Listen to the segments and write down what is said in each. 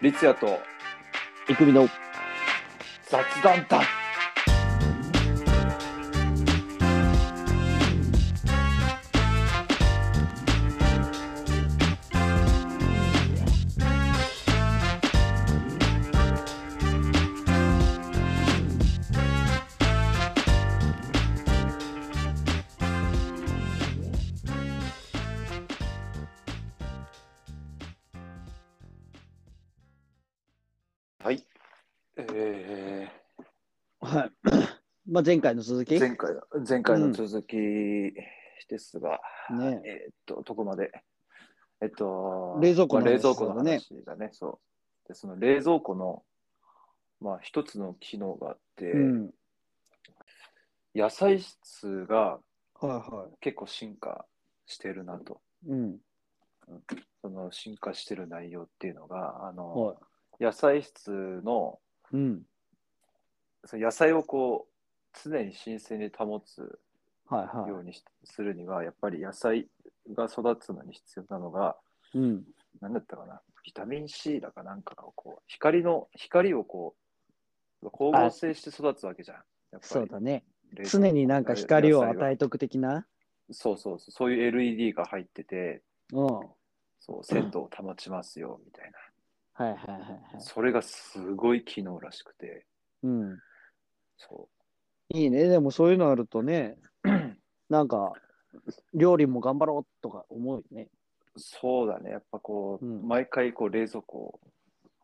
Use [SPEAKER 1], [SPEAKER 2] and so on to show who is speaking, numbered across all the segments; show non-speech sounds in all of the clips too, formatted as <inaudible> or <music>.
[SPEAKER 1] 律也と
[SPEAKER 2] いくみの
[SPEAKER 1] 雑談だ
[SPEAKER 2] はい、
[SPEAKER 1] え
[SPEAKER 2] はい <coughs> まあ、前回の続き
[SPEAKER 1] ー、
[SPEAKER 2] ね
[SPEAKER 1] 前回の前回の続きですが、えーっとどこまでえっと
[SPEAKER 2] 冷蔵庫の話
[SPEAKER 1] まあ冷蔵庫の
[SPEAKER 2] だね
[SPEAKER 1] 話だねそうでその冷蔵庫のまあ一つの機能があって、
[SPEAKER 2] うん
[SPEAKER 1] 野菜室が
[SPEAKER 2] はいは
[SPEAKER 1] 結構進化してるなと
[SPEAKER 2] いうん
[SPEAKER 1] その進化してる内容っていうのがあの、
[SPEAKER 2] は
[SPEAKER 1] 野菜室の
[SPEAKER 2] いうん
[SPEAKER 1] その野菜をこう常に新鮮に保つ
[SPEAKER 2] はいはい
[SPEAKER 1] ようにしするにはやっぱり野菜が育つのに必要なのが
[SPEAKER 2] うん
[SPEAKER 1] 何だったかなビタミン C だかなんかをこう光の光をこう光合成して育つわけじゃん。やっぱ
[SPEAKER 2] そう
[SPEAKER 1] り
[SPEAKER 2] だね
[SPEAKER 1] 冷蔵
[SPEAKER 2] 常になんか光を与えとく的な
[SPEAKER 1] そうそうそうそういう LED が入ってて
[SPEAKER 2] うんは
[SPEAKER 1] そう鮮度を保ちますよみたい
[SPEAKER 2] いはいはいは
[SPEAKER 1] な、
[SPEAKER 2] い
[SPEAKER 1] それがすごい機能らしくて
[SPEAKER 2] うん
[SPEAKER 1] そ
[SPEAKER 2] いいねでもそういうのあるとね <clears throat> なんか料理も頑張ろうとか思うよね
[SPEAKER 1] うそうだねやっぱこう、
[SPEAKER 2] うん
[SPEAKER 1] 毎回こう冷蔵庫を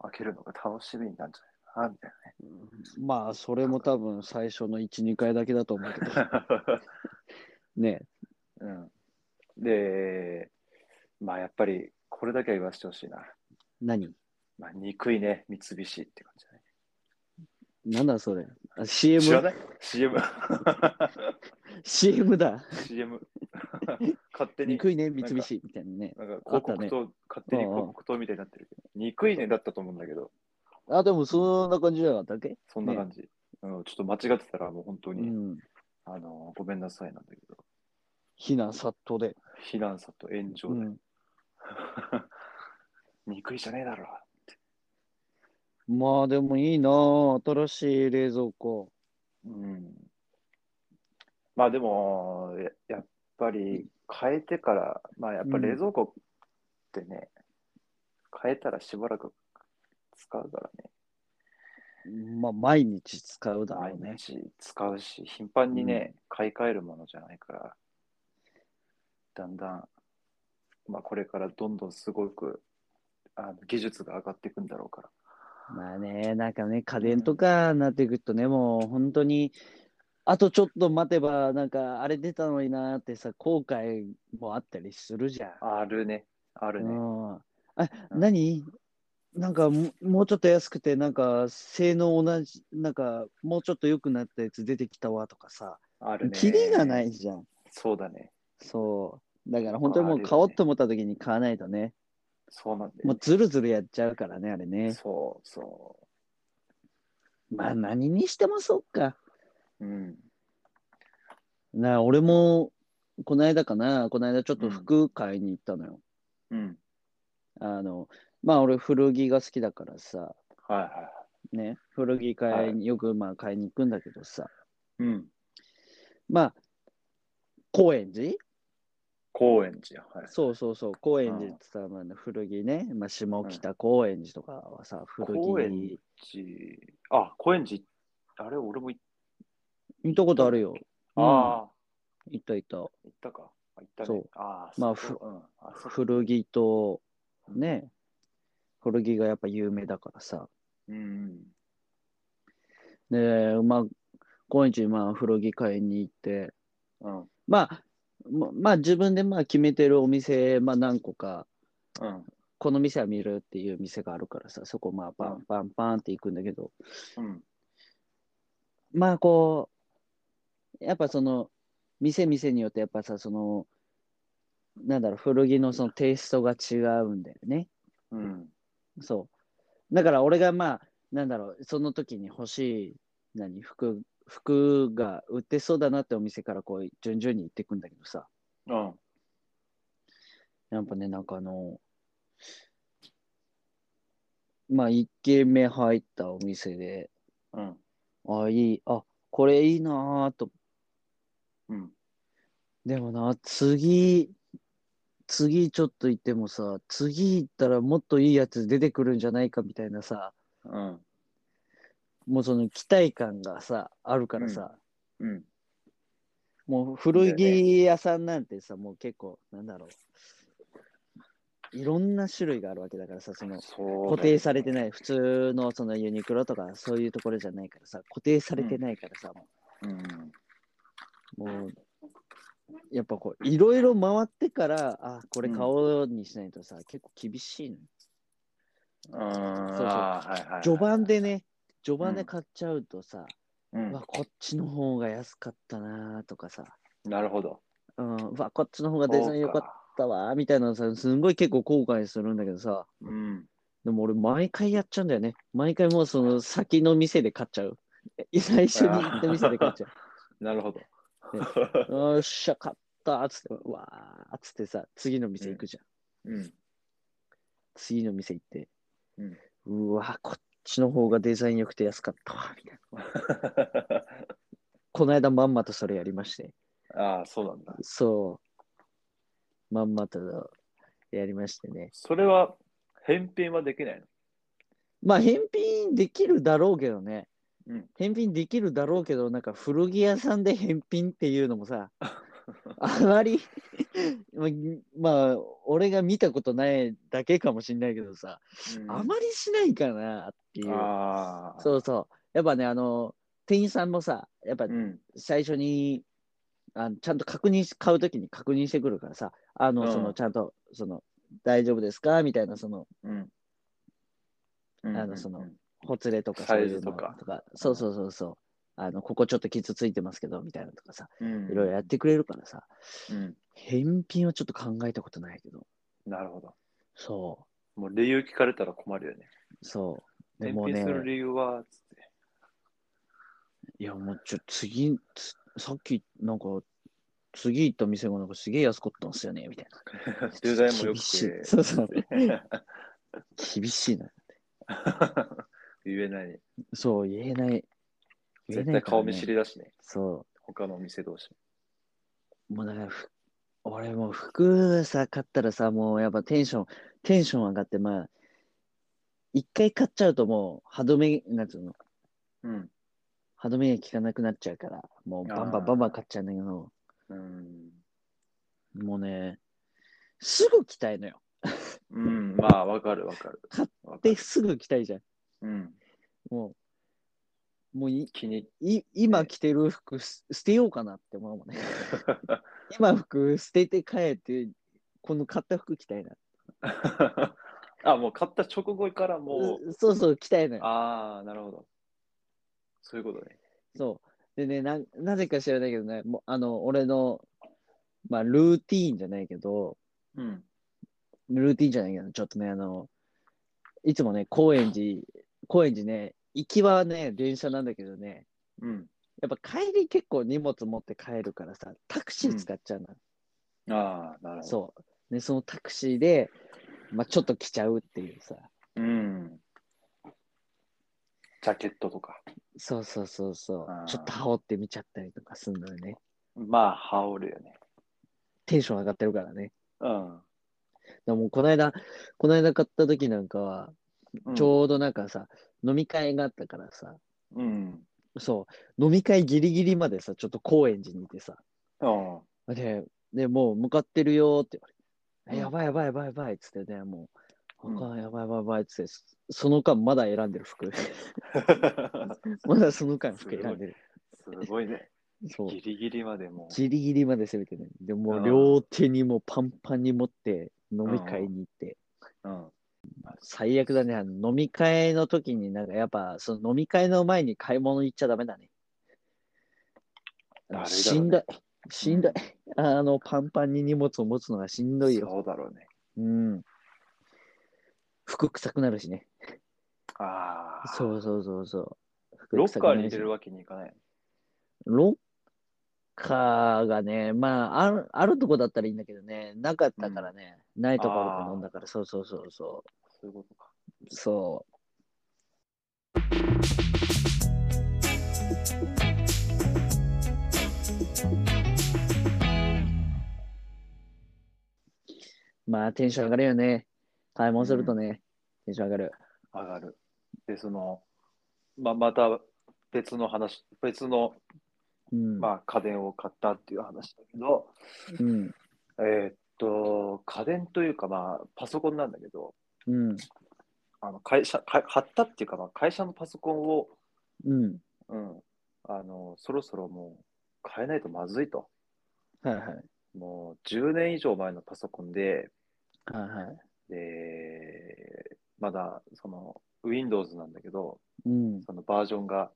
[SPEAKER 1] 開けるのが楽しみになるんじゃないかなみたいな。
[SPEAKER 2] まあそれも多分最初の12回だけだと思うけど
[SPEAKER 1] <laughs>
[SPEAKER 2] ね
[SPEAKER 1] うん、で、まあやっぱりこれだけは言わせてほしいな。
[SPEAKER 2] 何
[SPEAKER 1] まあ、憎いね、三菱って感じだね。
[SPEAKER 2] なんだそれあ
[SPEAKER 1] 知ら
[SPEAKER 2] CM,
[SPEAKER 1] ない <laughs> ?CM。
[SPEAKER 2] CM だ
[SPEAKER 1] CM。勝手に、
[SPEAKER 2] 憎いね
[SPEAKER 1] ん
[SPEAKER 2] 三
[SPEAKER 1] か
[SPEAKER 2] 菱みたいなね
[SPEAKER 1] なんか
[SPEAKER 2] あっ
[SPEAKER 1] 広
[SPEAKER 2] た
[SPEAKER 1] 告
[SPEAKER 2] ね
[SPEAKER 1] 塔、勝手に
[SPEAKER 2] うんうん
[SPEAKER 1] 広告塔みたいになってるけど、憎いねだったと思うんだけど、
[SPEAKER 2] あ、でもそんな感じじゃなかったっけ
[SPEAKER 1] そんな感じ。うん、ちょっと間違ってたらもう本当
[SPEAKER 2] う
[SPEAKER 1] に、
[SPEAKER 2] ん。
[SPEAKER 1] あのごめんなさいなんだけど、
[SPEAKER 2] 避難殺到で。
[SPEAKER 1] 非難さと炎上
[SPEAKER 2] う
[SPEAKER 1] で、
[SPEAKER 2] ん。
[SPEAKER 1] <laughs> 憎いじゃねえだろ。
[SPEAKER 2] まあでもいいなあ新しい冷蔵庫。
[SPEAKER 1] うんまあでもややっぱり変えてから、まあやっぱ冷蔵庫ってね、変えたらしばらく使うからね、
[SPEAKER 2] まあ毎日使うだろうね
[SPEAKER 1] 毎。日使うし、頻繁にね、買い替えるものじゃないから、だんだん、まあこれからどんどんすごくあの技術が上がっていくんだろうから。
[SPEAKER 2] まあね、なんかね、家電とかなっていくとね、もう本当に、あとちょっと待てば、なんかあれ出たのになってさ、後悔もあったりするじゃん。
[SPEAKER 1] あるね、ある
[SPEAKER 2] う
[SPEAKER 1] ね。
[SPEAKER 2] ん。あ、何なんかももうちょっと安くて、なんか性能同じ、なんかもうちょっと良くなったやつ出てきたわとかさ、
[SPEAKER 1] あるね。
[SPEAKER 2] キリがな。いじゃん。
[SPEAKER 1] そうだね。
[SPEAKER 2] そう。だから本当にもう買おうと思った時に買わないとね、
[SPEAKER 1] そうなんだよね
[SPEAKER 2] もうずるずるやっちゃうからね、あれね。
[SPEAKER 1] そうそう。
[SPEAKER 2] まあ何にしてもそっか。
[SPEAKER 1] うん。
[SPEAKER 2] なあ俺も、この間かな、この間ちょっ
[SPEAKER 1] う
[SPEAKER 2] と
[SPEAKER 1] ん
[SPEAKER 2] 服買いに行ったのよ。
[SPEAKER 1] うん。
[SPEAKER 2] あの、まあ俺古着が好きだからさ、
[SPEAKER 1] はいは
[SPEAKER 2] ね、古着買いに、よくまあ買いに行くんだけどさ、
[SPEAKER 1] い。うん。
[SPEAKER 2] まあ、高円寺
[SPEAKER 1] 高円寺。はい。
[SPEAKER 2] そうそうそう、高円寺ってさ、まあ、古着ね、まあ、下北高円寺とかはさ、古
[SPEAKER 1] 高円
[SPEAKER 2] 着、
[SPEAKER 1] 寺。あ、高円寺。あれ、俺も行っ
[SPEAKER 2] 行ったことあるよ。
[SPEAKER 1] た。
[SPEAKER 2] うん
[SPEAKER 1] ああ、
[SPEAKER 2] 行った行った。
[SPEAKER 1] 行ったか。あ行ったね。
[SPEAKER 2] そう
[SPEAKER 1] ああ、
[SPEAKER 2] まあ
[SPEAKER 1] そこうん。あそこ
[SPEAKER 2] 古着とね、古着がやっぱ有名だからさ。
[SPEAKER 1] うん。
[SPEAKER 2] で、まあ、今日、まあ、古着買いに行って、
[SPEAKER 1] うん。うん。
[SPEAKER 2] まあ、ままあ、自分でまあ決めてるお店、まあ、何個か、
[SPEAKER 1] うん。
[SPEAKER 2] この店は見るっていう店があるからさ、そこまあ、パンパンパンって行くんだけど、
[SPEAKER 1] うん。
[SPEAKER 2] まあ、こう、やっぱその、店店によってやっぱさ、その、なんだろう、古着のそのテイストが違うんだよね。
[SPEAKER 1] うん。
[SPEAKER 2] そう。だから俺がまあ、なんだろう、その時に欲しい、何、服、服が売ってそうだなってお店からこう、順々に行ってくんだけどさ、
[SPEAKER 1] うん。
[SPEAKER 2] やっぱね、なんかあの、まあ、1軒目入ったお店で、
[SPEAKER 1] うん。
[SPEAKER 2] あ、いい、あ、これいいなぁと。
[SPEAKER 1] うん。
[SPEAKER 2] でもな、次、次ちょっと行ってもさ、次行ったらもっといいやつ出てくるんじゃないかみたいなさ、
[SPEAKER 1] うん。
[SPEAKER 2] もうその期待感がさ、あるからさ、
[SPEAKER 1] うん。
[SPEAKER 2] もう古着屋さんなんてさ、もう結構、なんだろう。いろんな種類があるわけだからさ、その
[SPEAKER 1] そう。
[SPEAKER 2] 固定されて
[SPEAKER 1] い。
[SPEAKER 2] ない、普通のそのユニクロとかそういうところじゃないからさ、固定されてないからさ、
[SPEAKER 1] うん。
[SPEAKER 2] もう、やっぱこう、いろいろ回ってから、あ、これ買おうにしないとさ、結構厳しいのよ。
[SPEAKER 1] うん。あーはいはいはい
[SPEAKER 2] 序盤でね、序盤
[SPEAKER 1] う
[SPEAKER 2] で
[SPEAKER 1] ん
[SPEAKER 2] 買っちゃうとさ、
[SPEAKER 1] う
[SPEAKER 2] うんわ、。こっちの方が安かったなとかさ、
[SPEAKER 1] なるほど。
[SPEAKER 2] うん、うわ、こっちの方がデザイン良かっ
[SPEAKER 1] っ
[SPEAKER 2] ったわーみたいなのさ、すんごい結構後悔するんだけどさ、
[SPEAKER 1] た。うん。
[SPEAKER 2] でも俺毎回やっちゃうんだよね。毎回もうその先の店で買っちゃう。え最初に行った店で買っちゃ
[SPEAKER 1] なるほど。 <laughs>
[SPEAKER 2] う。よっしゃ、買ったーっつって、うわーっつってさ、次の店行くじゃん。
[SPEAKER 1] うん。
[SPEAKER 2] 次の店行って、
[SPEAKER 1] うん
[SPEAKER 2] うわー、こっちの方がデザイン良くて安かったわ、みたいな。この間まんまとそれやりまして。
[SPEAKER 1] <laughs> ああ、そうなんだ。
[SPEAKER 2] そう。まんまとやりましてね。
[SPEAKER 1] それは返品はできないの
[SPEAKER 2] まあ返品できるだろうけどね。
[SPEAKER 1] うん
[SPEAKER 2] 返品できるだろうけど、なんか古着屋さんで返品っていうのも
[SPEAKER 1] <laughs>
[SPEAKER 2] さ、あまりまあ、まあ、俺が見たことないだけかもしれないけどさ、あまりしないかなっていう。
[SPEAKER 1] ああ。
[SPEAKER 2] そうそう。やっぱね、あの、店員さんもさ、やっぱ
[SPEAKER 1] うん。
[SPEAKER 2] 最初に、あのちゃんと確認し、買うときに確認してくるからさ、あの、そうの、
[SPEAKER 1] ん
[SPEAKER 2] ちゃんと、その、大丈夫ですかみたいな、その、
[SPEAKER 1] うん。
[SPEAKER 2] あのそのほつれとかそ
[SPEAKER 1] サ
[SPEAKER 2] う
[SPEAKER 1] イ
[SPEAKER 2] い
[SPEAKER 1] ズ
[SPEAKER 2] うの
[SPEAKER 1] とか
[SPEAKER 2] とか、そうそうそうそう。あの、ここちょっと傷ついてますけど、みたいなのとかさ、
[SPEAKER 1] うん、
[SPEAKER 2] いろいろやってくれるからさ、
[SPEAKER 1] うん。
[SPEAKER 2] 返品はちょっと考えたことないけど、
[SPEAKER 1] なるほど。
[SPEAKER 2] そ
[SPEAKER 1] もう理由聞かれたら困るよね。
[SPEAKER 2] う、そう。で
[SPEAKER 1] 返
[SPEAKER 2] もう
[SPEAKER 1] 品
[SPEAKER 2] ね
[SPEAKER 1] す、る理由は、つって。
[SPEAKER 2] いやもうちょ、次、つさっき、なんか、次行った店がなんかすげえ安かったんですよね、みたいな。
[SPEAKER 1] デザインもよく
[SPEAKER 2] 厳しい
[SPEAKER 1] て。
[SPEAKER 2] そ
[SPEAKER 1] <laughs>
[SPEAKER 2] うそう。厳しいな。
[SPEAKER 1] 言えない。
[SPEAKER 2] そう、言えない。言え
[SPEAKER 1] 絶
[SPEAKER 2] な
[SPEAKER 1] 対
[SPEAKER 2] いから
[SPEAKER 1] 顔
[SPEAKER 2] ね
[SPEAKER 1] 見知りだしね。
[SPEAKER 2] そ
[SPEAKER 1] 他のお店同士も。
[SPEAKER 2] う。もうだからふ、俺もう服さ、買ったらさ、もうやっぱテンション、テンション上がって、まあ、一回買っちゃうともう歯止め、なんつうの、
[SPEAKER 1] うん。
[SPEAKER 2] 歯止めが効かなくなっちゃうから、もうバンバ
[SPEAKER 1] あー
[SPEAKER 2] ンバンバン買っちゃうんだけど、
[SPEAKER 1] うん。
[SPEAKER 2] もうね、すぐ着たいのよ。
[SPEAKER 1] うん。まあ、わかるわかる。
[SPEAKER 2] 買っ
[SPEAKER 1] わか
[SPEAKER 2] で、
[SPEAKER 1] る。
[SPEAKER 2] すぐ着たいじゃん。
[SPEAKER 1] うん。
[SPEAKER 2] もう、もうい
[SPEAKER 1] 気に。
[SPEAKER 2] い今着てる服す捨てようかなって思うもん
[SPEAKER 1] <laughs>
[SPEAKER 2] ね。今服捨てて帰って、この買った服着たいな。
[SPEAKER 1] <laughs> あ、もう買った直後からもう。
[SPEAKER 2] うそうそう、着たいのよ。
[SPEAKER 1] ああ、なるほど。そういうことね。
[SPEAKER 2] そう。でね、ななぜか知らないけどね、もうあの俺の、まあ、ルーティーンじゃないけど、
[SPEAKER 1] うん。
[SPEAKER 2] ルーティーンじゃないけど、ちょっとね、あの、いつもね、高円寺、高円寺ね、行きはね、電車なんだけどね、
[SPEAKER 1] うん。
[SPEAKER 2] やっぱ帰り結構荷物持って帰るからさ、タクシー使っちゃうの。
[SPEAKER 1] ああ、なるほど。
[SPEAKER 2] そう。で、そのタクシーで、まあ、ちょっと来ちゃうっていうさ、
[SPEAKER 1] うん。ジャケットとか。
[SPEAKER 2] そうそうそうそ
[SPEAKER 1] あー
[SPEAKER 2] う、ちょっと羽織ってみちゃったりとかするのよね。
[SPEAKER 1] まあ、羽織るよね。
[SPEAKER 2] テンション上がってるからね。
[SPEAKER 1] うん。
[SPEAKER 2] でもこの間、この間買った時なんかは、
[SPEAKER 1] うん
[SPEAKER 2] ちょうどなんかさ、飲み会があったからさ、
[SPEAKER 1] うん。
[SPEAKER 2] そう、飲み会ギリギリまでさ、ちょっと高円寺にいてさ、
[SPEAKER 1] うん。
[SPEAKER 2] で、でもう向かってるよって
[SPEAKER 1] うん
[SPEAKER 2] 言われて、やばいやばいやばいやばいっつってね、もう、
[SPEAKER 1] うん
[SPEAKER 2] あかんやばいやばいやばいっつって、その間まだ選んでる
[SPEAKER 1] <laughs>
[SPEAKER 2] 服、 <laughs> まだその間服選んでる。
[SPEAKER 1] すごいね。
[SPEAKER 2] そう、
[SPEAKER 1] ギリギリまでもう。
[SPEAKER 2] ギリギリまで攻めてね、でも
[SPEAKER 1] あ
[SPEAKER 2] う
[SPEAKER 1] ー
[SPEAKER 2] 両手にもうパンパンに持って飲み会に行って、
[SPEAKER 1] うん。
[SPEAKER 2] 最悪だね。あの飲み会の時になんかやっぱその飲み会の前に買い物行っちゃダメだね。
[SPEAKER 1] あれだろうね
[SPEAKER 2] しんどい。しんどい。あのパンパンに荷物を持つのがしんどいよ。
[SPEAKER 1] そうだろうね。
[SPEAKER 2] うん。服臭くなるしね。
[SPEAKER 1] ああ。
[SPEAKER 2] そうそうそうそう。服
[SPEAKER 1] ロッ
[SPEAKER 2] 臭く
[SPEAKER 1] カ
[SPEAKER 2] な
[SPEAKER 1] ーに入
[SPEAKER 2] る
[SPEAKER 1] れ
[SPEAKER 2] し
[SPEAKER 1] るわけにいかない。
[SPEAKER 2] ロッカーがね、まあ、ある、あるとこだったらいいんだけどね、なかったからね、ないところで飲んだから、そうそうそうそ
[SPEAKER 1] そういうことか。
[SPEAKER 2] う。そまあテンション上がるよね。買い物するとね、テンション上がる。
[SPEAKER 1] 上がる。で、その、まあ、また別の話、別の、
[SPEAKER 2] うん。
[SPEAKER 1] まあ、家電を買ったっていう話だけど、
[SPEAKER 2] うん。
[SPEAKER 1] えーっと、家電というか、まあ、パソコンなんだけど、
[SPEAKER 2] うん。
[SPEAKER 1] あの会社か買ったっていうか、まあ、会社のパソコンを、
[SPEAKER 2] うん。
[SPEAKER 1] うん、あのそろそろもう変えないとまずいと。
[SPEAKER 2] はいはい。
[SPEAKER 1] もう10年以上前のパソコンで、
[SPEAKER 2] はいはい。
[SPEAKER 1] でまだその Windows なんだけど、
[SPEAKER 2] うん。
[SPEAKER 1] そのバージョンが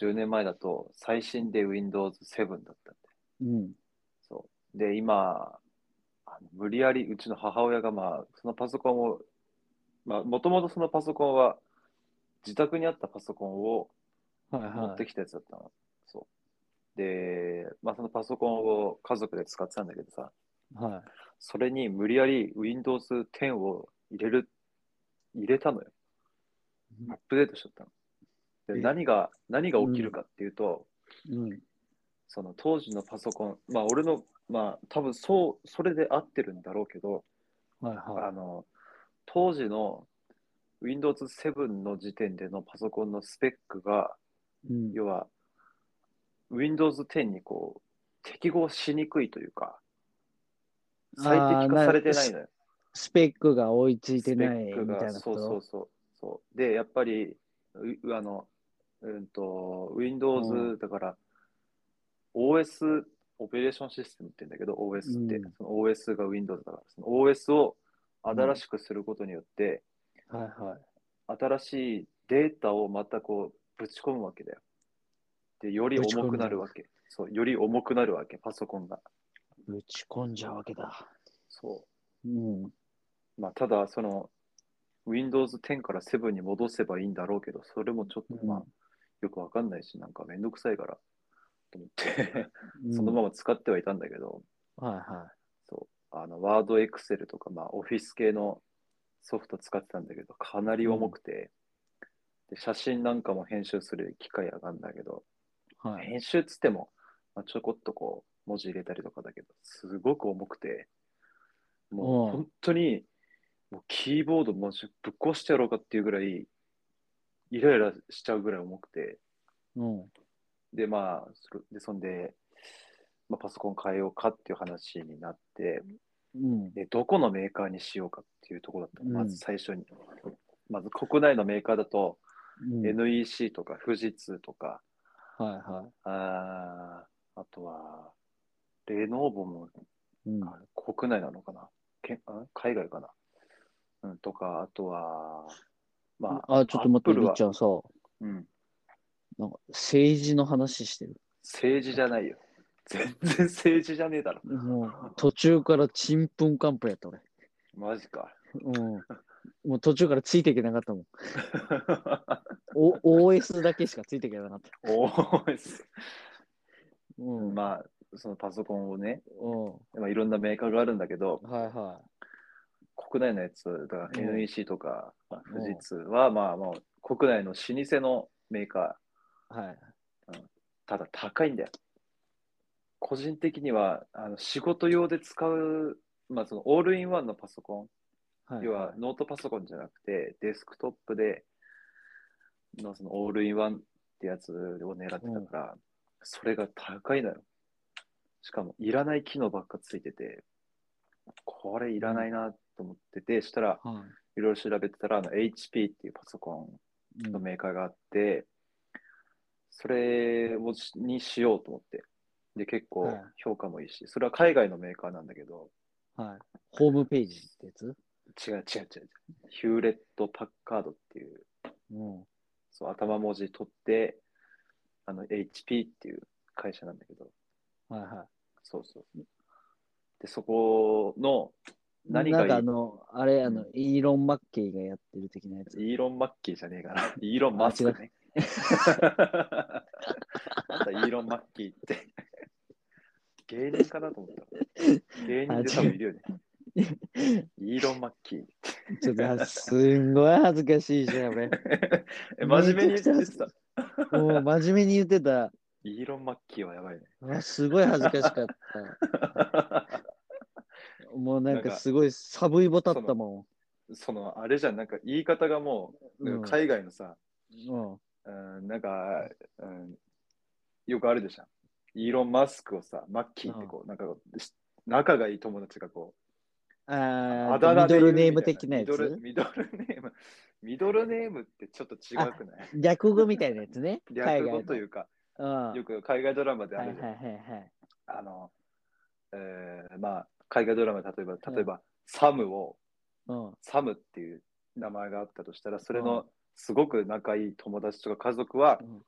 [SPEAKER 1] 10年前だと最新で Windows 7だったんで。
[SPEAKER 2] うん。
[SPEAKER 1] そう。で、今、あの無理やりうちの母親が、まあ、そのパソコンを、まあ、もともとそのパソコンは自宅にあったパソコンを
[SPEAKER 2] はい
[SPEAKER 1] 持っ
[SPEAKER 2] は
[SPEAKER 1] てきたやつだったの。そう。で、まあ、そのパソコンを家族で使ってたんだけどさ、
[SPEAKER 2] い。は
[SPEAKER 1] それに無理やり Windows 10を入れる、入れたのよ。
[SPEAKER 2] うん
[SPEAKER 1] アップデートしちゃったの。で、
[SPEAKER 2] え
[SPEAKER 1] 何が、何が起きるかっていうと、
[SPEAKER 2] い。うん。
[SPEAKER 1] その当時のパソコン、まあ、俺の、まあ、多分そう、それで合ってるんだろうけど、
[SPEAKER 2] はいは
[SPEAKER 1] あの、当時の Windows 7の時点でのパソコンのスペックが、
[SPEAKER 2] い。うん。
[SPEAKER 1] 要は、Windows 10にこう、適合しにくいというか、最
[SPEAKER 2] あ
[SPEAKER 1] 適
[SPEAKER 2] ー
[SPEAKER 1] 化されてないのよ。
[SPEAKER 2] スペックが追いつい
[SPEAKER 1] スペ
[SPEAKER 2] てない
[SPEAKER 1] ック
[SPEAKER 2] みたい
[SPEAKER 1] が、
[SPEAKER 2] な
[SPEAKER 1] そ
[SPEAKER 2] こ
[SPEAKER 1] うそう
[SPEAKER 2] と。
[SPEAKER 1] そうそう。で、やっぱり、うあの、うんと、Windows、
[SPEAKER 2] う
[SPEAKER 1] だから、OS、オペレーションシステムって言うんだけど、OS って、
[SPEAKER 2] うん
[SPEAKER 1] その OS が Windows だから、その OS を新しくすることによって、
[SPEAKER 2] はいはい。
[SPEAKER 1] 新しいデータをまたこうぶち込むわけだよ。で、より
[SPEAKER 2] ぶち込む
[SPEAKER 1] 重くなるわけ。そう、より重くなるわけ、パソコンが。
[SPEAKER 2] ぶち込んじゃうわけだ。
[SPEAKER 1] そ
[SPEAKER 2] うん。
[SPEAKER 1] う。まあ、ただ、その、Windows 10から7に戻せばいいんだろうけど、それもちょっと、まあ、
[SPEAKER 2] うん
[SPEAKER 1] よくわかんないし、なんかめんどくさいから、と思って、
[SPEAKER 2] うん
[SPEAKER 1] そのまま使ってはいたんだけど、
[SPEAKER 2] はいは
[SPEAKER 1] そう、あの、Word、Excel とか、まあ、Office 系のソフト使ってたんだけど、かなり重くて、で写真なんかも編集する機会上がるんだけど、
[SPEAKER 2] い。はい。
[SPEAKER 1] 編集っつっても、まあ、ちょこっとこう文字入れたりとかだけど、すごく重くて、も
[SPEAKER 2] う
[SPEAKER 1] うん本当に、もうキーボード文字ぶっ壊してやろうかっていうぐらい、イライラしちゃうぐらい重くて、
[SPEAKER 2] うん。
[SPEAKER 1] で、まあ、それでそんで、まあ、パソコン変えようかっていう話になって、
[SPEAKER 2] うん。
[SPEAKER 1] でどこのメーカーにしようかっていうところだったの、
[SPEAKER 2] うん
[SPEAKER 1] まず最初に。まず国内のメーカーだと、
[SPEAKER 2] うん
[SPEAKER 1] NEC とか富士通とか、
[SPEAKER 2] はいは
[SPEAKER 1] あーあとは、レノーボも
[SPEAKER 2] い。うん。
[SPEAKER 1] あ国内なのかなけんあ海外かな、うん、とか、あとは、まあ、
[SPEAKER 2] あ、ちょっと待っ
[SPEAKER 1] Apple
[SPEAKER 2] て、りっ
[SPEAKER 1] は
[SPEAKER 2] ちゃんさ、
[SPEAKER 1] うん、
[SPEAKER 2] なんか政治の話してる。
[SPEAKER 1] 政治じゃないよ。全然政治じゃねえだろ。 <laughs>
[SPEAKER 2] もう途中からちんぷんかんぷんやった俺。
[SPEAKER 1] マジか。 <laughs>
[SPEAKER 2] うん。もう途中からついていけなかったもん。お OS だけしかついていけなかった。
[SPEAKER 1] おーす
[SPEAKER 2] うん。
[SPEAKER 1] まあ、そのパソコンをね、
[SPEAKER 2] うん。
[SPEAKER 1] まあ、いろんなメーカーがあるんだけど、
[SPEAKER 2] はいは
[SPEAKER 1] 国内のやつ、だから
[SPEAKER 2] うん
[SPEAKER 1] NEC とか、まあ
[SPEAKER 2] うん
[SPEAKER 1] 富士通は、まあもう国内の老舗のメーカ
[SPEAKER 2] い。はい。
[SPEAKER 1] ー、ただ高いんだよ。個人的には、あの仕事用で使う、まあそのオールインワンのパソコン、
[SPEAKER 2] はい、
[SPEAKER 1] 要は、ノートパソコンじゃなくて、デスクトップでのそのオールインワンってやつを狙ってたから、それが高いのよ。しかも、いらない機能ばっかついてて、これいらないなと思ってて、したら、
[SPEAKER 2] はい
[SPEAKER 1] ろいろ調べてたら、あの HP っていうパソコ
[SPEAKER 2] い。う
[SPEAKER 1] ン
[SPEAKER 2] ん
[SPEAKER 1] のメーカーがあって、それをしにしようと思って。で、結構
[SPEAKER 2] はい
[SPEAKER 1] 評価もいいし、それは海外のメーカーなんだけど、
[SPEAKER 2] はい。ホームページってやつ
[SPEAKER 1] 違う違う違う違う。ヒューレット・パッカードっていう、
[SPEAKER 2] うん。
[SPEAKER 1] そう頭文字取って、あの HP っていう会社なんだけど、
[SPEAKER 2] はいは
[SPEAKER 1] そうそう。で、そこの
[SPEAKER 2] い。
[SPEAKER 1] 何がいい
[SPEAKER 2] なんかあの、あれ、あの、
[SPEAKER 1] う
[SPEAKER 2] イーロン・マッケイがやってる的なやつ。
[SPEAKER 1] イーロン・マッキーじゃねえかな。イーロン・マスクね。またイーロン・マッキーって。芸人かなと思った。芸人で多分いるよね。イーロン・マッキー。
[SPEAKER 2] ちょっとあ、すんごい恥ずかしいじゃん、俺。
[SPEAKER 1] え、真面目に言ってた。
[SPEAKER 2] もう真面目に言ってた。
[SPEAKER 1] イーロン・マッキーはやばいね。
[SPEAKER 2] あすごい恥ずかしかった。もうなん
[SPEAKER 1] なん
[SPEAKER 2] か
[SPEAKER 1] か
[SPEAKER 2] すごい寒いボタったも
[SPEAKER 1] そのあれじゃん、なんか言い方がもう、
[SPEAKER 2] うん
[SPEAKER 1] 海外のさ、
[SPEAKER 2] ん。うん。
[SPEAKER 1] うん、なんか、うん、よくあるでしょ。イーロン・マスクをさ、マッキーってこう、なんかし仲がいい友達がこう、
[SPEAKER 2] あ
[SPEAKER 1] あ
[SPEAKER 2] あ、ミ
[SPEAKER 1] で
[SPEAKER 2] ド
[SPEAKER 1] 言う
[SPEAKER 2] ル
[SPEAKER 1] み
[SPEAKER 2] ネ
[SPEAKER 1] たい
[SPEAKER 2] ーム的なや
[SPEAKER 1] ミドル
[SPEAKER 2] つ
[SPEAKER 1] ミドルネーム、ミドルネームってちょっと違くない
[SPEAKER 2] 略語みたいなやつね。海
[SPEAKER 1] 略
[SPEAKER 2] 外
[SPEAKER 1] 語
[SPEAKER 2] の
[SPEAKER 1] というか、
[SPEAKER 2] うん。は
[SPEAKER 1] よく海外ドラマ
[SPEAKER 2] い
[SPEAKER 1] であ
[SPEAKER 2] はい
[SPEAKER 1] る
[SPEAKER 2] はい
[SPEAKER 1] じゃん。
[SPEAKER 2] はい。
[SPEAKER 1] あの、えーまあ、海外ドラマで例えば、例えば、サムを、
[SPEAKER 2] うん。
[SPEAKER 1] サムっていう名前があったとしたら、それのすごく仲いい友達とか家族は、
[SPEAKER 2] うん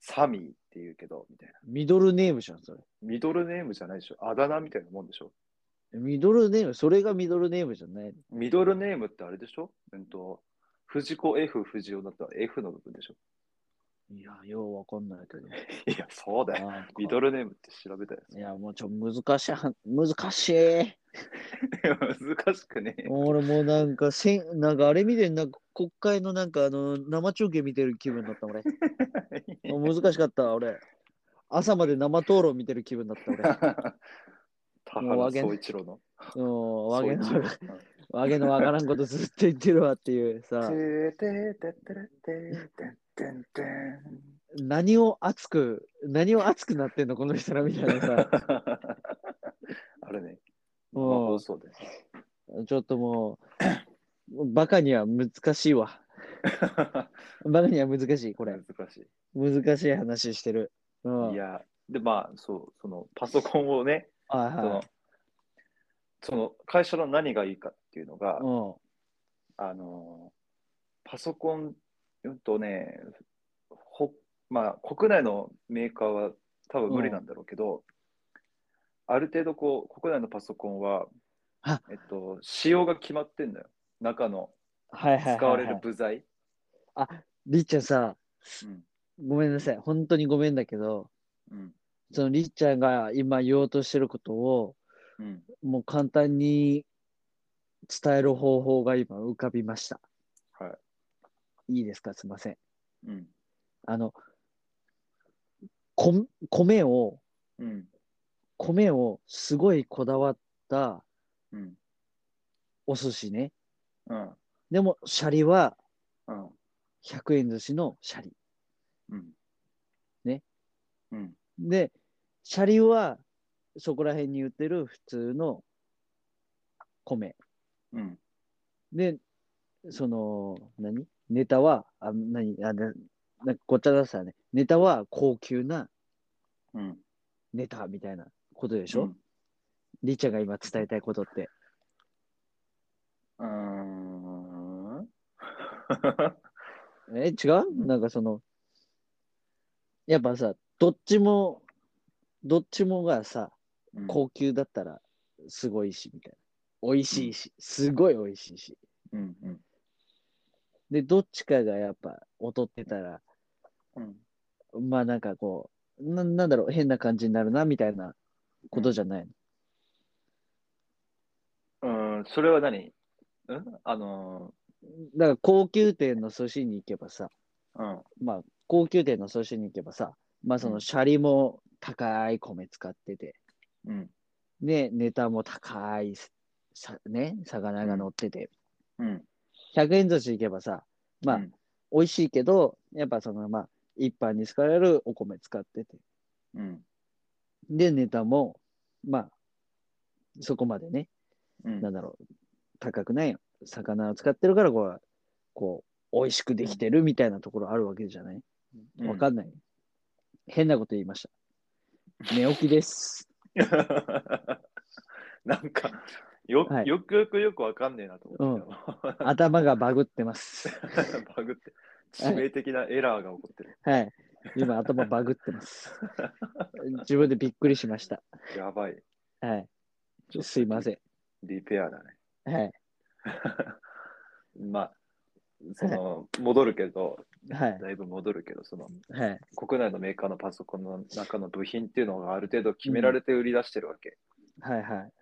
[SPEAKER 1] サミーって言うけど、みたいな。
[SPEAKER 2] ミドルネームじゃん、それ。
[SPEAKER 1] ミドルネームじゃないでしょ。あだ名みたいなもんでしょ。
[SPEAKER 2] ミドルネーム、それがミドルネームじゃない。
[SPEAKER 1] ミドルネームってあれでしょうんと、藤子 F 藤尾だったら F の部分でしょ。
[SPEAKER 2] いや、ようわかんないけど。
[SPEAKER 1] <laughs> いや、そうだよ。
[SPEAKER 2] なんか
[SPEAKER 1] ミドルネームって調べたやつ
[SPEAKER 2] い。や、もうちょ、難しいは、難しい。
[SPEAKER 1] <laughs> 難しくねえ。
[SPEAKER 2] 俺もうなんかせん、なんかあれ見てる、なんか国会のなんかあの、生中継見てる気分だっ
[SPEAKER 1] <laughs>
[SPEAKER 2] た、俺。もう難しかった、俺。朝まで生討論見てる気分だった、
[SPEAKER 1] <laughs>
[SPEAKER 2] 俺。
[SPEAKER 1] 田
[SPEAKER 2] もうわ
[SPEAKER 1] 原
[SPEAKER 2] げん
[SPEAKER 1] 総一郎の。
[SPEAKER 2] うん、わけのわ
[SPEAKER 1] 総一
[SPEAKER 2] か
[SPEAKER 1] 郎うん
[SPEAKER 2] わけのわからんことずっと言ってるわっていうさ、 <laughs> 何を熱く、何を熱くなってんの、この人らみた
[SPEAKER 1] <laughs>
[SPEAKER 2] いなさ。
[SPEAKER 1] あれね、
[SPEAKER 2] う
[SPEAKER 1] 生
[SPEAKER 2] ん
[SPEAKER 1] 放送で。
[SPEAKER 2] ちょっともう、バカには難しいわ。バカには難しい、こ
[SPEAKER 1] これ
[SPEAKER 2] れ
[SPEAKER 1] 難。しい。
[SPEAKER 2] 難しい話してる。うん。
[SPEAKER 1] いや、で、まあ、そう、そのパソコンをね、
[SPEAKER 2] はい
[SPEAKER 1] その
[SPEAKER 2] はい。
[SPEAKER 1] その会社の何がいいかっていうのが、
[SPEAKER 2] うん。
[SPEAKER 1] あのー、パソコン、うんとね、ほまあ、国内のメーカーは多分無理なんだろうけど、ある程度こう、国内のパソコンは
[SPEAKER 2] あ、
[SPEAKER 1] えっと、仕様が決まってんだよ。中の
[SPEAKER 2] はいはいはい、はい。
[SPEAKER 1] 使われる部材。
[SPEAKER 2] りっちゃんさ、
[SPEAKER 1] うん
[SPEAKER 2] ごめんなさい。本当にごめんだけど、
[SPEAKER 1] うん
[SPEAKER 2] そのりっちゃんが今言おうとしてることを、
[SPEAKER 1] うん
[SPEAKER 2] もう簡単に伝える方法が今浮かびました。
[SPEAKER 1] はい
[SPEAKER 2] いいですかすいません。
[SPEAKER 1] うん
[SPEAKER 2] あの、こ米を、
[SPEAKER 1] うん
[SPEAKER 2] 米をすごいこだわった
[SPEAKER 1] うん
[SPEAKER 2] お寿司ね。
[SPEAKER 1] うん
[SPEAKER 2] でも、シャリは
[SPEAKER 1] うん
[SPEAKER 2] 100円寿司のシャリ。
[SPEAKER 1] うん
[SPEAKER 2] ね
[SPEAKER 1] うん
[SPEAKER 2] で、シャリはそこら辺に売ってる普通の米。
[SPEAKER 1] うん
[SPEAKER 2] で、その、何ネタは、あ、何あ、ななんかごっちゃだしたね。ネタは高級な
[SPEAKER 1] うん
[SPEAKER 2] ネタみたいなことで
[SPEAKER 1] で
[SPEAKER 2] しょ、りっちゃんが今伝えたいことって。
[SPEAKER 1] うーん
[SPEAKER 2] え、違うなんかその、やっぱさ、どっちも、どっちもがさ、
[SPEAKER 1] うん
[SPEAKER 2] 高級だったらすごいし、みたいな。美味しいし、すごい美味しいし。
[SPEAKER 1] うんうん
[SPEAKER 2] で、どっちかがやっぱ劣ってたら、
[SPEAKER 1] うん
[SPEAKER 2] まあなんかこう、ななんだろう、変な感じになるな、みたいなことじゃないの。
[SPEAKER 1] うんそれは何うんあの
[SPEAKER 2] だから高級店の寿司に行けばさ、
[SPEAKER 1] ーうん
[SPEAKER 2] まあ高級店の寿司に行けばさ、まあそうの
[SPEAKER 1] ん
[SPEAKER 2] シャリも高い米使ってて、
[SPEAKER 1] うん
[SPEAKER 2] ね、ネタも高いさ、ね、魚が乗ってて、
[SPEAKER 1] うん
[SPEAKER 2] 100円寿司行けばさ、まあ、
[SPEAKER 1] うん
[SPEAKER 2] 美味しいけど、やっぱそのまあ一般に使われるお米使ってて、
[SPEAKER 1] うん
[SPEAKER 2] で、ネタも、まあ、そこまでね、
[SPEAKER 1] うん
[SPEAKER 2] なんだろう、高くない魚を使ってるからこう、こう、美味しくできてるみたいなところあるわけじゃないわかんない。変なこと言いました。寝起きです。
[SPEAKER 1] なんかよ
[SPEAKER 2] はい
[SPEAKER 1] よくよくよくわかんねえなと思ってたよ、
[SPEAKER 2] 頭がバグってます。
[SPEAKER 1] <laughs> バグって致命的なエラーが起こってる、
[SPEAKER 2] はい。今、頭バグってます。自分でびっくりしました。
[SPEAKER 1] やばい
[SPEAKER 2] はい
[SPEAKER 1] ちょっ。と
[SPEAKER 2] すいませ
[SPEAKER 1] リペアだね <laughs>
[SPEAKER 2] ん。はい。
[SPEAKER 1] まあ、その、
[SPEAKER 2] <laughs>
[SPEAKER 1] 戻るけど、
[SPEAKER 2] はい。
[SPEAKER 1] だいぶ戻るけど、その、
[SPEAKER 2] はい。
[SPEAKER 1] 国内のメーカーのパソコンの中の部品っていうのがある程度決められて売り出してるわけ。
[SPEAKER 2] はい。はい。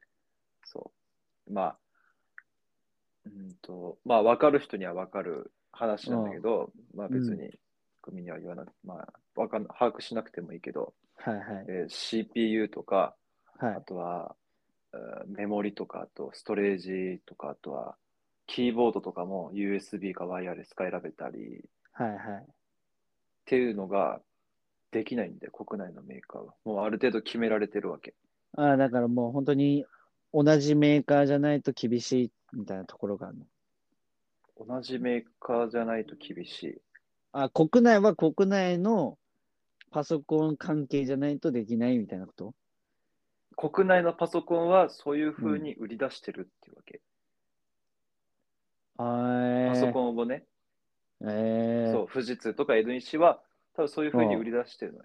[SPEAKER 1] そう。まあ、うんと、まあ、分かる人には分かる話なんだけど、まあ別に、組には言わなく、まあ、わかん把握しなくてもいいけど、
[SPEAKER 2] はい。はい。
[SPEAKER 1] えー CPU とか、
[SPEAKER 2] は
[SPEAKER 1] あ
[SPEAKER 2] い。
[SPEAKER 1] とは、メモリとか、あとストレージとか、あとはキーボードとかも USB かワイヤレスか選べたりっ
[SPEAKER 2] はいはい。
[SPEAKER 1] ていうのができないんで、国内のメーカーは。もうある程度決められてるわけ。
[SPEAKER 2] ああ、だからもう本当に同じメーカーじゃないと厳しいみたいなところがあるの。
[SPEAKER 1] 同じメーカーじゃないと厳しい。
[SPEAKER 2] あ、国内は国内のパソコン関係じゃないとできないみたいなこと
[SPEAKER 1] 国内のパソコンはそういう風に売り出してるっていうわけ。
[SPEAKER 2] は
[SPEAKER 1] パソ
[SPEAKER 2] ン。
[SPEAKER 1] コンをね、
[SPEAKER 2] えー、
[SPEAKER 1] そう、富士通とか N1 は、多分そういうふうに売り出してるのよ。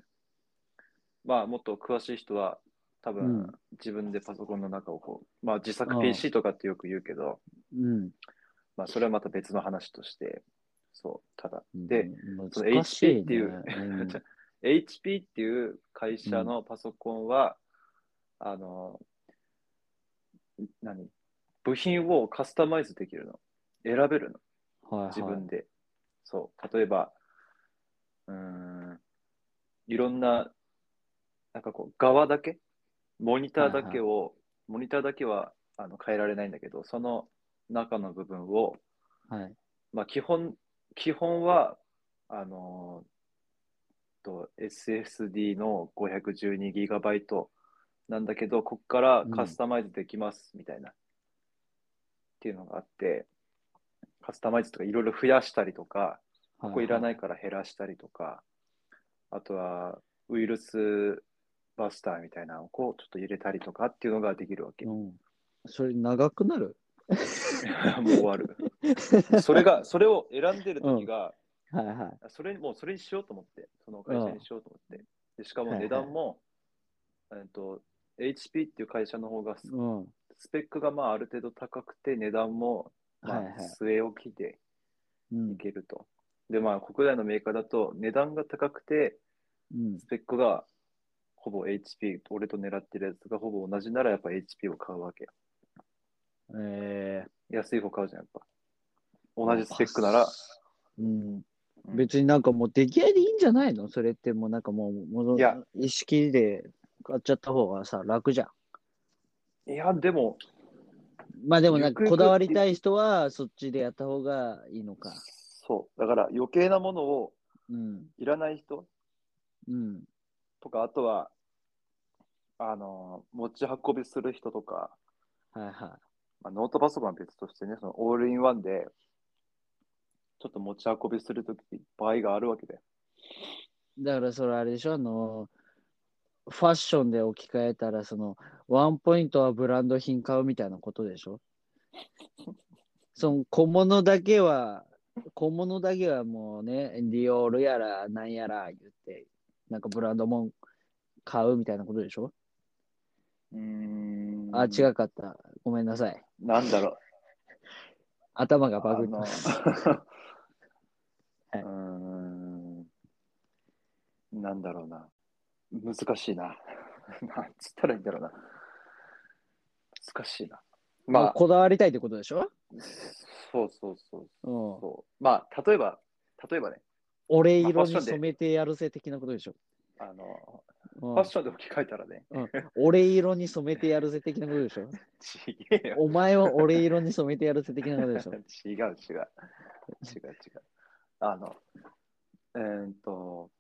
[SPEAKER 1] まあ、もっと詳しい人は、多
[SPEAKER 2] う
[SPEAKER 1] 分
[SPEAKER 2] ん
[SPEAKER 1] 自分でパソコンの中をこう、まあ、自
[SPEAKER 2] う
[SPEAKER 1] 作
[SPEAKER 2] ん
[SPEAKER 1] PC とかってよく言うけど、
[SPEAKER 2] うん。
[SPEAKER 1] まあ、それはまた別の話として、そう、ただ。
[SPEAKER 2] う
[SPEAKER 1] で、
[SPEAKER 2] ん、
[SPEAKER 1] その
[SPEAKER 2] 難し
[SPEAKER 1] HP っていう
[SPEAKER 2] ねうん
[SPEAKER 1] HP っていう会社のパソコンは、あの、何部品をカスタマイズできるの。選べるの。
[SPEAKER 2] はいはい
[SPEAKER 1] 自分で。そう。例えば、うーん、いろんな、なんかこう、側だけ、モニターだけを、モニターだけはあの変えられないんだけど、その中の部分を、
[SPEAKER 2] はい。。
[SPEAKER 1] まあ、基本、基本は、あのーと SSD の 512GB なんだけど、ここからカスタマイズできますみたいな、っていうのがあって、カスタマイズとかいろいろ増やしたりとか、ここいらないいから減らしたりとか、あとはウイルスバスターみたいなのをこうちょっと入れたりとかっていうのができるわ
[SPEAKER 2] <laughs>
[SPEAKER 1] け。
[SPEAKER 2] う
[SPEAKER 1] も
[SPEAKER 2] ん。それ長くな
[SPEAKER 1] <laughs>
[SPEAKER 2] る
[SPEAKER 1] う終わる。それが、それを選んでる時が、
[SPEAKER 2] はいはい。
[SPEAKER 1] あそれもうそれにしようと思って、その会社にしようと思って。でしかも
[SPEAKER 2] はいはい
[SPEAKER 1] 値段も、えっと、HP っていう会社の方がス
[SPEAKER 2] うん。
[SPEAKER 1] スペックがまあある程度高くて、値段もま
[SPEAKER 2] はいはい
[SPEAKER 1] あ。据え置きで
[SPEAKER 2] うん
[SPEAKER 1] い。けると。で、まあ国内のメーカーだと値段が高くて、
[SPEAKER 2] うん
[SPEAKER 1] スペックがほぼ HP、俺と狙ってるやつがほぼ同じならやっぱ HP を買うわけ。
[SPEAKER 2] え
[SPEAKER 1] 安い方買うじゃん、やっぱ。
[SPEAKER 2] ー
[SPEAKER 1] 同じスペックなら。。
[SPEAKER 2] うん。
[SPEAKER 1] うん
[SPEAKER 2] 別になんかもう出来合いでいいんじゃないのそれってもうなんかもう、もの
[SPEAKER 1] いや
[SPEAKER 2] 意識で買っちゃった方がさ、楽じゃん。
[SPEAKER 1] いや、でも、
[SPEAKER 2] まあでもなんか
[SPEAKER 1] ゆくゆ
[SPEAKER 2] こ
[SPEAKER 1] く
[SPEAKER 2] だわりたい人はそっちでやった方がいいのか。
[SPEAKER 1] そう。だから余計なものを
[SPEAKER 2] うん。
[SPEAKER 1] いらない人
[SPEAKER 2] うん。
[SPEAKER 1] とか、あとは、あの、持ち運びする人とか、
[SPEAKER 2] はいは
[SPEAKER 1] まあ、ノートパソコンは別としてね、そのオールインワンで、ちょっと持ち運びするとき、場合があるわけで。
[SPEAKER 2] い。だからそれあれでしょあの、ファッションで置き換えたら、その、ワンポイントはブランド品買うみたいなことでし
[SPEAKER 1] <laughs>
[SPEAKER 2] ょその小物だけは、小物だけはもうね、ディオールやらなんやら言って、なんかブランドもん買うみたいなことでしょ、
[SPEAKER 1] うーん
[SPEAKER 2] あ、違。うかった。ごめんなさい。
[SPEAKER 1] なんだろう。
[SPEAKER 2] 頭がバ
[SPEAKER 1] あ
[SPEAKER 2] グった
[SPEAKER 1] の
[SPEAKER 2] <laughs> はいう
[SPEAKER 1] ーんなんだろうな。難しいな。 <laughs> なんつったらいいんだろうな。難しいな。
[SPEAKER 2] まあ、
[SPEAKER 1] まあ、
[SPEAKER 2] こだわりたいってことでしょ
[SPEAKER 1] そうそうそう
[SPEAKER 2] うん。
[SPEAKER 1] そう。まあ、例えば、例えばね、
[SPEAKER 2] 俺
[SPEAKER 1] まあ
[SPEAKER 2] 色
[SPEAKER 1] ファッションで
[SPEAKER 2] に染めてやるぜ的なことでしょ、
[SPEAKER 1] あの、
[SPEAKER 2] うん
[SPEAKER 1] ファッションで置き換えたらね、
[SPEAKER 2] 俺色に染めてやるぜ的なことでし
[SPEAKER 1] <laughs>
[SPEAKER 2] ょ
[SPEAKER 1] ちげえよ。
[SPEAKER 2] お前は俺色に染めてやるぜ的なこと
[SPEAKER 1] 違う
[SPEAKER 2] でしょ
[SPEAKER 1] 違う。違う違う。あの、えーっと、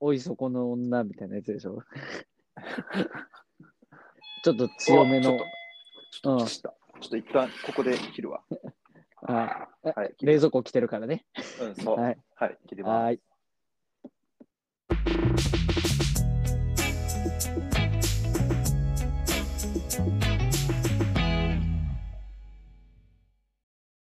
[SPEAKER 2] おいそこの女みたいなやつでし
[SPEAKER 1] <laughs>
[SPEAKER 2] ょちょっと強めの
[SPEAKER 1] おちょっと、ちょっと、ちょっと一旦ここで切るわ。
[SPEAKER 2] <laughs> あ
[SPEAKER 1] はい、切る
[SPEAKER 2] 冷蔵庫来てるからね
[SPEAKER 1] うん、そう。
[SPEAKER 2] は
[SPEAKER 1] はいい、切ります。
[SPEAKER 2] はい